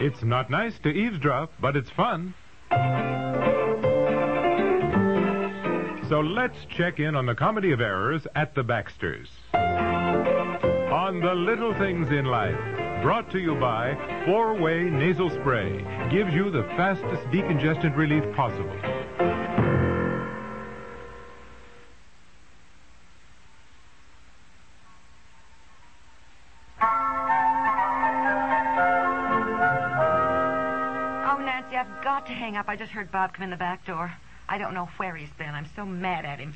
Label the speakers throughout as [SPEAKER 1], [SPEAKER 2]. [SPEAKER 1] It's not nice to eavesdrop, but it's fun. So let's check in on the comedy of errors at the Baxters. On the little things in life. Brought to you by Four Way Nasal Spray. Gives you the fastest decongestant relief possible.
[SPEAKER 2] Oh, Nancy, I've got to hang up. I just heard Bob come in the back door. I don't know where he's been. I'm so mad at him.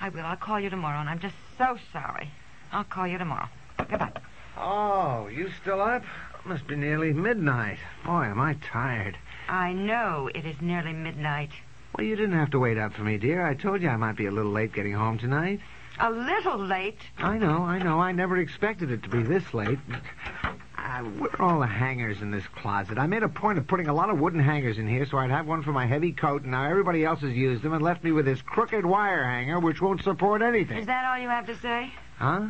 [SPEAKER 2] I will. I'll call you tomorrow, and I'm just so sorry. I'll call you tomorrow. Goodbye.
[SPEAKER 3] Oh, you still up? Must be nearly midnight. Boy, am I tired.
[SPEAKER 2] I know it is nearly midnight.
[SPEAKER 3] Well, you didn't have to wait up for me, dear. I told you I might be a little late getting home tonight.
[SPEAKER 2] A little late.
[SPEAKER 3] I know, I know. I never expected it to be this late. Uh, where are all the hangers in this closet? I made a point of putting a lot of wooden hangers in here so I'd have one for my heavy coat, and now everybody else has used them and left me with this crooked wire hanger which won't support anything.
[SPEAKER 2] Is that all you have to say?
[SPEAKER 3] Huh?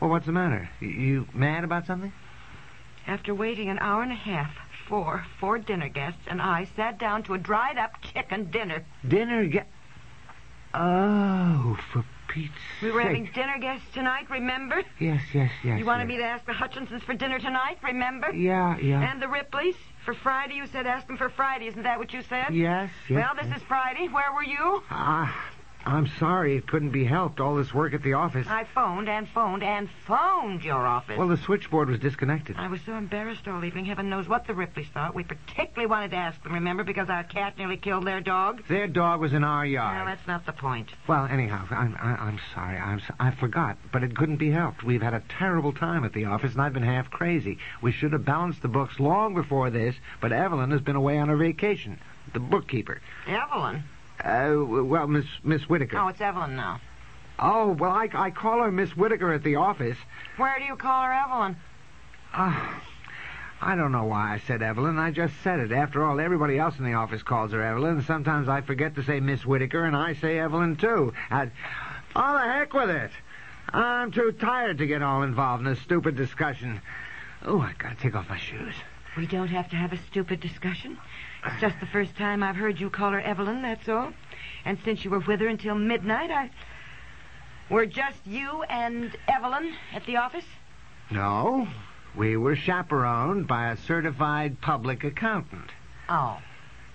[SPEAKER 3] Well, what's the matter? You, you mad about something?
[SPEAKER 2] After waiting an hour and a half, four, four dinner guests, and I sat down to a dried up chicken dinner.
[SPEAKER 3] Dinner get. Oh, for Pete's
[SPEAKER 2] We were
[SPEAKER 3] sake.
[SPEAKER 2] having dinner guests tonight, remember?
[SPEAKER 3] Yes, yes, yes.
[SPEAKER 2] You wanted me
[SPEAKER 3] yes.
[SPEAKER 2] to ask the Hutchinsons for dinner tonight, remember?
[SPEAKER 3] Yeah, yeah.
[SPEAKER 2] And the Ripleys? For Friday, you said ask them for Friday. Isn't that what you said?
[SPEAKER 3] Yes, yes.
[SPEAKER 2] Well, this is Friday. Where were you?
[SPEAKER 3] Ah, I'm sorry it couldn't be helped. All this work at the office.
[SPEAKER 2] I phoned and phoned and phoned your office.
[SPEAKER 3] Well, the switchboard was disconnected.
[SPEAKER 2] I was so embarrassed all evening. Heaven knows what the Ripleys thought. We particularly wanted to ask them, remember, because our cat nearly killed their dog.
[SPEAKER 3] Their dog was in our
[SPEAKER 2] Now,
[SPEAKER 3] yard.
[SPEAKER 2] that's not the point.
[SPEAKER 3] well, anyhow, I'm I, I'm sorry. I'm so- I forgot, but it couldn't be helped. We've had a terrible time at the office, and I've been half crazy. We should have balanced the books long before this, but Evelyn has been away on her vacation. The bookkeeper.
[SPEAKER 2] Evelyn.
[SPEAKER 3] Uh, w- well, Miss Miss Whitaker.
[SPEAKER 2] Oh, it's Evelyn now.
[SPEAKER 3] Oh, well, I, I call her Miss Whitaker at the office.
[SPEAKER 2] Where do you call her Evelyn?
[SPEAKER 3] Ah, I don't know why I said Evelyn. I just said it. After all, everybody else in the office calls her Evelyn. Sometimes I forget to say Miss Whitaker, and I say Evelyn, too. I, oh, the heck with it. I'm too tired to get all involved in this stupid discussion. Oh, I gotta take off my shoes.
[SPEAKER 2] We don't have to have a stupid discussion. It's just the first time I've heard you call her Evelyn, that's all. And since you were with her until midnight, I. Were just you and Evelyn at the office?
[SPEAKER 3] No, we were chaperoned by a certified public accountant.
[SPEAKER 2] Oh.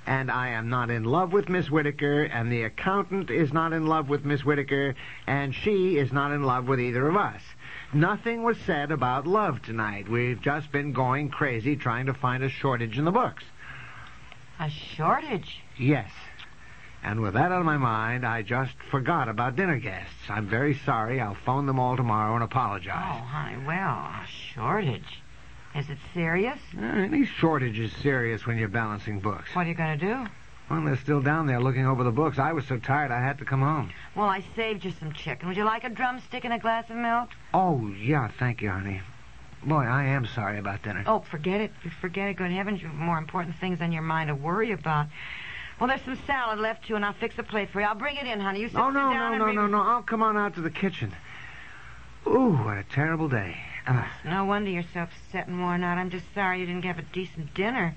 [SPEAKER 3] And I am not in love with Miss Whitaker, and the accountant is not in love with Miss Whitaker, and she is not in love with either of us. Nothing was said about love tonight. We've just been going crazy trying to find a shortage in the books.
[SPEAKER 2] A shortage?
[SPEAKER 3] Yes. And with that on my mind, I just forgot about dinner guests. I'm very sorry. I'll phone them all tomorrow and
[SPEAKER 2] Oh,
[SPEAKER 3] apologize.
[SPEAKER 2] honey, well, a shortage. Is it serious?
[SPEAKER 3] Eh, Any shortage is serious when you're balancing books.
[SPEAKER 2] What are you going to do?
[SPEAKER 3] When they're still down there looking over the books, I was so tired I had to come home.
[SPEAKER 2] Well, I saved you some chicken. Would you like a drumstick and a glass of milk?
[SPEAKER 3] Oh, yeah, thank you, honey. Boy, I am sorry about dinner.
[SPEAKER 2] Oh, forget it. Forget it. Good heavens, you've more important things on your mind to worry about. Well, there's some salad left, too, and I'll fix a plate for you. I'll bring it in, honey. You sit
[SPEAKER 3] oh,
[SPEAKER 2] sit
[SPEAKER 3] no,
[SPEAKER 2] down
[SPEAKER 3] no,
[SPEAKER 2] and
[SPEAKER 3] no,
[SPEAKER 2] read-
[SPEAKER 3] no, no. I'll come on out to the kitchen. Ooh, what a terrible day. Uh,
[SPEAKER 2] No wonder you're so upset and worn out. I'm just sorry you didn't have a decent dinner.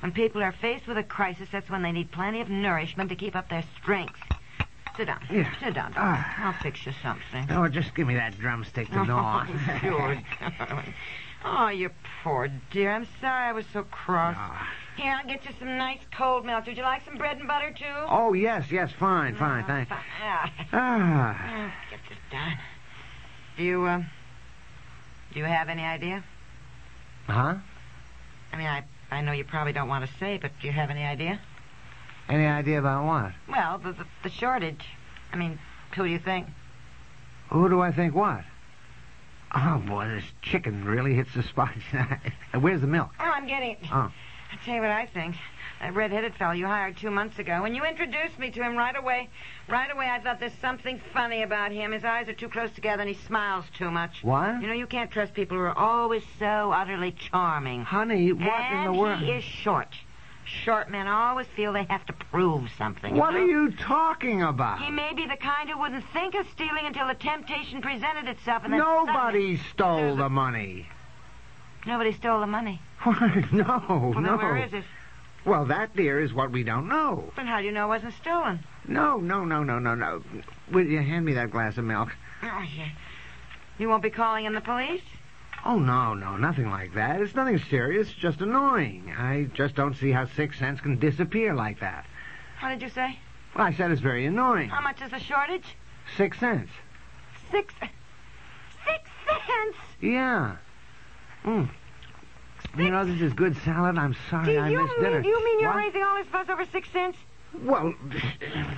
[SPEAKER 2] When people are faced with a crisis, that's when they need plenty of nourishment to keep up their strength. Sit down.
[SPEAKER 3] Yeah.
[SPEAKER 2] Sit down.
[SPEAKER 3] Ah.
[SPEAKER 2] I'll fix you something.
[SPEAKER 3] oh, just give me that drumstick to gnaw on.
[SPEAKER 2] Oh, George, darling. Oh, you poor dear. I'm sorry I was so cross.
[SPEAKER 3] Ah.
[SPEAKER 2] Here, I'll get you some nice cold milk. Would you like some bread and butter, too?
[SPEAKER 3] Oh, yes, yes, fine, fine, thanks.
[SPEAKER 2] Ah,
[SPEAKER 3] Ah,
[SPEAKER 2] get this done. Do you, uh, do you have any idea?
[SPEAKER 3] huh?
[SPEAKER 2] I mean, I, I know you probably don't want to say, but do you have any idea?
[SPEAKER 3] Any idea about what?
[SPEAKER 2] Well, the, the, the shortage. I mean, who do you think?
[SPEAKER 3] Who do I think what? Oh, boy, this chicken really hits the spot tonight. Where's the milk?
[SPEAKER 2] Oh, I'm getting it.
[SPEAKER 3] Oh.
[SPEAKER 2] I'll tell you what I think. That red-headed fellow you hired two months ago, when you introduced me to him right away, right away I thought there's something funny about him. His eyes are too close together and he smiles too much.
[SPEAKER 3] What?
[SPEAKER 2] You know, you can't trust people who are always so utterly charming.
[SPEAKER 3] Honey, what
[SPEAKER 2] and
[SPEAKER 3] in the world?
[SPEAKER 2] he is short. Short men always feel they have to prove something.
[SPEAKER 3] What
[SPEAKER 2] know?
[SPEAKER 3] are you talking about?
[SPEAKER 2] He may be the kind who wouldn't think of stealing until the temptation presented itself, and then suddenly-
[SPEAKER 3] Nobody stole the money.
[SPEAKER 2] nobody stole the money.
[SPEAKER 3] Oh, no,
[SPEAKER 2] Well,
[SPEAKER 3] Oh, no.
[SPEAKER 2] then where is it?
[SPEAKER 3] Well, that, dear, is what we don't know.
[SPEAKER 2] But how do you know it wasn't stolen?
[SPEAKER 3] No, no, no, no, no, no. Will you hand me that glass of milk?
[SPEAKER 2] Oh, yeah. You won't be calling in the police?
[SPEAKER 3] Oh, no, no, nothing like that. It's nothing serious, it's just annoying. I just don't see how six cents can disappear like that.
[SPEAKER 2] What did you say?
[SPEAKER 3] Well, I said it's very annoying.
[SPEAKER 2] How much is the shortage?
[SPEAKER 3] Six cents.
[SPEAKER 2] Six. Six cents?
[SPEAKER 3] Yeah. Mm. You know, this is good salad. I'm sorry
[SPEAKER 2] Do
[SPEAKER 3] I
[SPEAKER 2] you
[SPEAKER 3] missed
[SPEAKER 2] mean,
[SPEAKER 3] dinner.
[SPEAKER 2] do you mean you're
[SPEAKER 3] What?
[SPEAKER 2] raising all this fuss over six cents?
[SPEAKER 3] Well,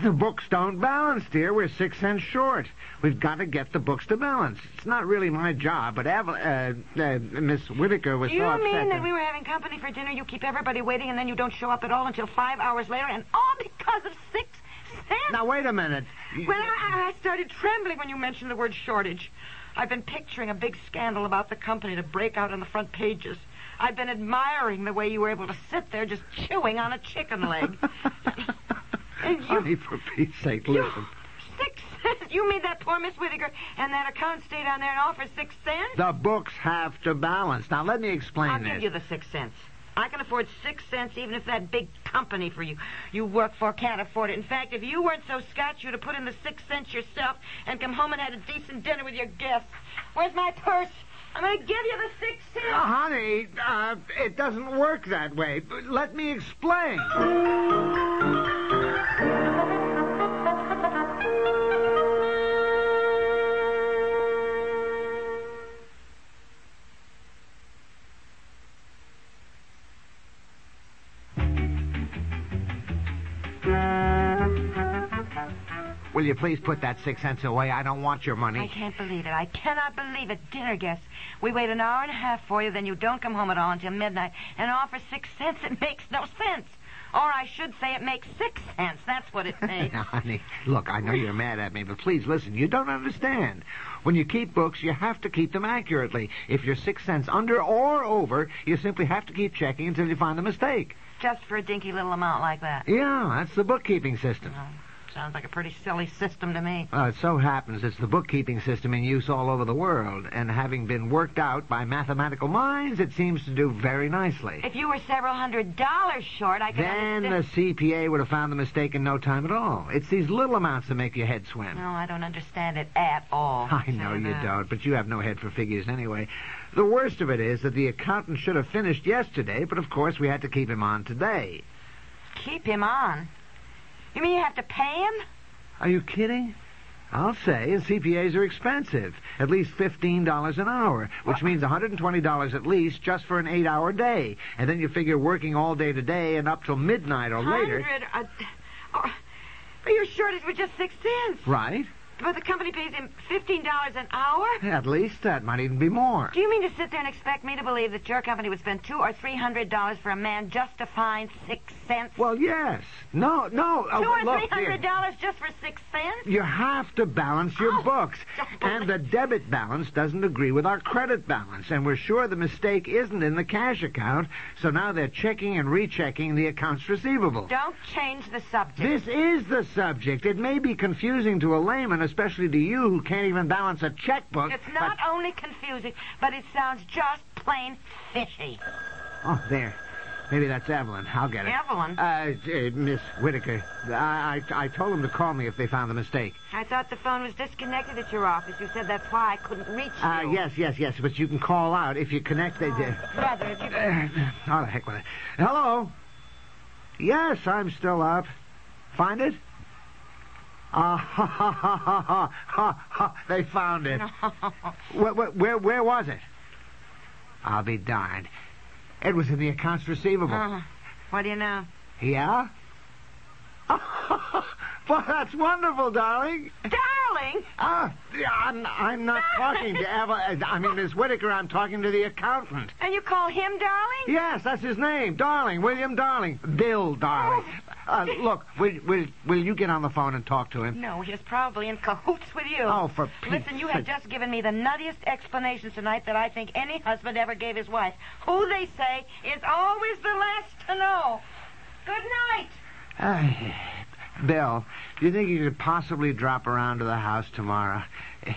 [SPEAKER 3] the books don't balance, dear. We're six cents short. We've got to get the books to balance. It's not really my job, but Ava, uh, uh, Miss Whitaker was
[SPEAKER 2] Do you
[SPEAKER 3] so upset.
[SPEAKER 2] mean that we were having company for dinner, you keep everybody waiting, and then you don't show up at all until five hours later, and all because of six cents?
[SPEAKER 3] Now wait a minute.
[SPEAKER 2] Well, I, I started trembling when you mentioned the word shortage. I've been picturing a big scandal about the company to break out on the front pages. I've been admiring the way you were able to sit there just chewing on a chicken leg. and you-
[SPEAKER 3] Honey, for Pete's sake, listen.
[SPEAKER 2] Six cents? You mean that poor Miss Whittaker and that account stayed on there and offered six cents?
[SPEAKER 3] The books have to balance. Now let me explain
[SPEAKER 2] I'll
[SPEAKER 3] this.
[SPEAKER 2] give you the six cents. I can afford six cents even if that big company for you you work for can't afford it. In fact, if you weren't so scotch, you'd have put in the six cents yourself and come home and had a decent dinner with your guests. Where's my purse? I'm going to give you the six
[SPEAKER 3] Uh,
[SPEAKER 2] cents.
[SPEAKER 3] honey, uh, it doesn't work that way. But Let me explain. Will you please put that six cents away? I don't want your money.
[SPEAKER 2] I can't believe it. I cannot believe it. Dinner guests. We wait an hour and a half for you, then you don't come home at all until midnight and offer six cents. It makes no sense. Or I should say it makes six cents. That's what it makes.
[SPEAKER 3] Now, honey, look, I know you're mad at me, but please listen. You don't understand. When you keep books, you have to keep them accurately. If you're six cents under or over, you simply have to keep checking until you find a mistake.
[SPEAKER 2] Just for a dinky little amount like that.
[SPEAKER 3] Yeah, that's the bookkeeping system.
[SPEAKER 2] Oh, sounds like a pretty silly system to me.
[SPEAKER 3] Well, it so happens it's the bookkeeping system in use all over the world, and having been worked out by mathematical minds, it seems to do very nicely.
[SPEAKER 2] If you were several hundred dollars short, I could
[SPEAKER 3] Then the
[SPEAKER 2] understand.
[SPEAKER 3] CPA would have found the mistake in no time at all. It's these little amounts that make your head swim.
[SPEAKER 2] No, I don't understand it at all. uh,
[SPEAKER 3] I know
[SPEAKER 2] Say
[SPEAKER 3] you
[SPEAKER 2] that.
[SPEAKER 3] don't, but you have no head for figures anyway. The worst of it is that the accountant should have finished yesterday, but of course we had to keep him on today.
[SPEAKER 2] Keep him on. You mean you have to pay him?
[SPEAKER 3] Are you kidding? I'll say, and CPAs are expensive. At least $15 an hour, which means $120 at least just for an eight hour day. And then you figure working all day today and up till midnight or later.
[SPEAKER 2] Hundred. Uh, oh, but your shortage was just six cents.
[SPEAKER 3] Right?
[SPEAKER 2] But the company pays him fifteen dollars an hour.
[SPEAKER 3] At least that might even be more.
[SPEAKER 2] Do you mean to sit there and expect me to believe that your company would spend two or three hundred dollars for a man just to find six cents?
[SPEAKER 3] Well, yes. No, no. Oh,
[SPEAKER 2] two or
[SPEAKER 3] look,
[SPEAKER 2] three
[SPEAKER 3] dear.
[SPEAKER 2] hundred dollars just for six cents?
[SPEAKER 3] You have to balance your
[SPEAKER 2] Oh,
[SPEAKER 3] books.
[SPEAKER 2] don't
[SPEAKER 3] And the debit balance doesn't agree with our credit balance. And we're sure the mistake isn't in the cash account, so now they're checking and rechecking the accounts receivable.
[SPEAKER 2] Don't change the subject.
[SPEAKER 3] This is the subject. It may be confusing to a layman, especially to you who can't even balance a checkbook.
[SPEAKER 2] It's not only confusing, but it sounds just plain fishy.
[SPEAKER 3] but- Oh, there. Maybe that's Evelyn. I'll get it.
[SPEAKER 2] Evelyn?
[SPEAKER 3] Uh, uh, Miss Whitaker, I, I, I told them to call me if they found the mistake.
[SPEAKER 2] I thought the phone was disconnected at your office. You said that's why I couldn't reach you.
[SPEAKER 3] Uh, yes, yes, yes, but you can call out if you connect. They did.
[SPEAKER 2] Brother, if you...
[SPEAKER 3] Uh, oh, the heck with it. Hello? Yes, I'm still up. Find it? Ah, ha, ha, ha, ha, ha, ha, ha. They found it. Where, where- where, where was it? I'll be darned. It was in the accounts receivable.
[SPEAKER 2] Uh, what do you know?
[SPEAKER 3] Yeah? well, that's wonderful, darling.
[SPEAKER 2] Darling! calling.
[SPEAKER 3] Ah, I'm, I'm not talking to Evelyn. I mean, Miss Whitaker, I'm talking to the accountant.
[SPEAKER 2] And you call him darling?
[SPEAKER 3] Yes, that's his name. Darling, William Darling. Bill Darling.
[SPEAKER 2] Oh.
[SPEAKER 3] Uh, look, will, will, will you get on the phone and talk to him?
[SPEAKER 2] No, he's probably in cahoots with you.
[SPEAKER 3] Oh, for Pete's
[SPEAKER 2] Listen, you have
[SPEAKER 3] sake.
[SPEAKER 2] just given me the nuttiest explanation tonight that I think any husband ever gave his wife. Who they say is always the last to know. Good night.
[SPEAKER 3] Ah, Bill, do you think you could possibly drop around to the house tomorrow?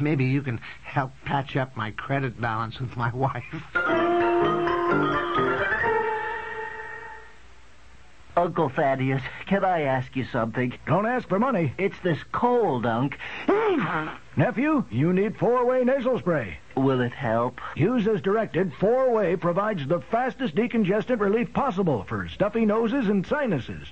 [SPEAKER 3] Maybe you can help patch up my credit balance with my wife.
[SPEAKER 4] Uncle Thaddeus, can I ask you something?
[SPEAKER 5] Don't ask for money.
[SPEAKER 4] It's this cold, Unc.
[SPEAKER 5] Nephew, you need four-way nasal spray.
[SPEAKER 4] Will it help?
[SPEAKER 5] Use as directed, four-way provides the fastest decongestant relief possible for stuffy noses and sinuses.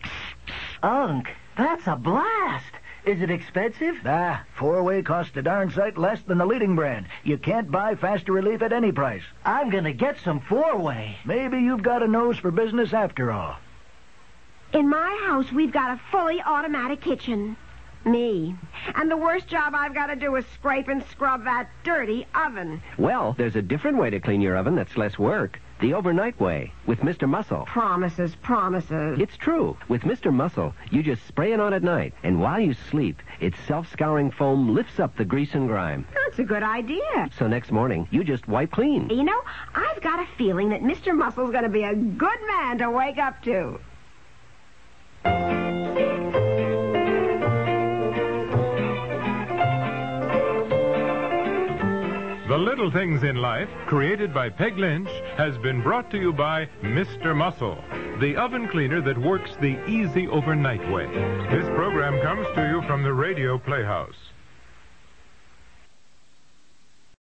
[SPEAKER 4] Unc, that's a blast. Is it expensive?
[SPEAKER 5] Ah, four-way costs a darn sight less than the leading brand. You can't buy faster relief at any price.
[SPEAKER 4] I'm going to get some four way.
[SPEAKER 5] Maybe you've got a nose for business after all.
[SPEAKER 6] In my house, we've got a fully automatic kitchen. Me. And the worst job I've got to do is scrape and scrub that dirty oven.
[SPEAKER 7] Well, there's a different way to clean your oven that's less work. The overnight way, with Mr. Muscle.
[SPEAKER 6] Promises, promises.
[SPEAKER 7] It's true. With Mr. Muscle, you just spray it on at night, and while you sleep, its self scouring foam lifts up the grease and grime.
[SPEAKER 6] That's a good idea.
[SPEAKER 7] So next morning, you just wipe clean.
[SPEAKER 6] You know, I've got a feeling that Mr. Muscle's going to be a good man to wake up to.
[SPEAKER 1] The Little Things in Life, created by Peg Lynch, has been brought to you by Mr. Muscle, the oven cleaner that works the easy overnight way. This program comes to you from the Radio Playhouse.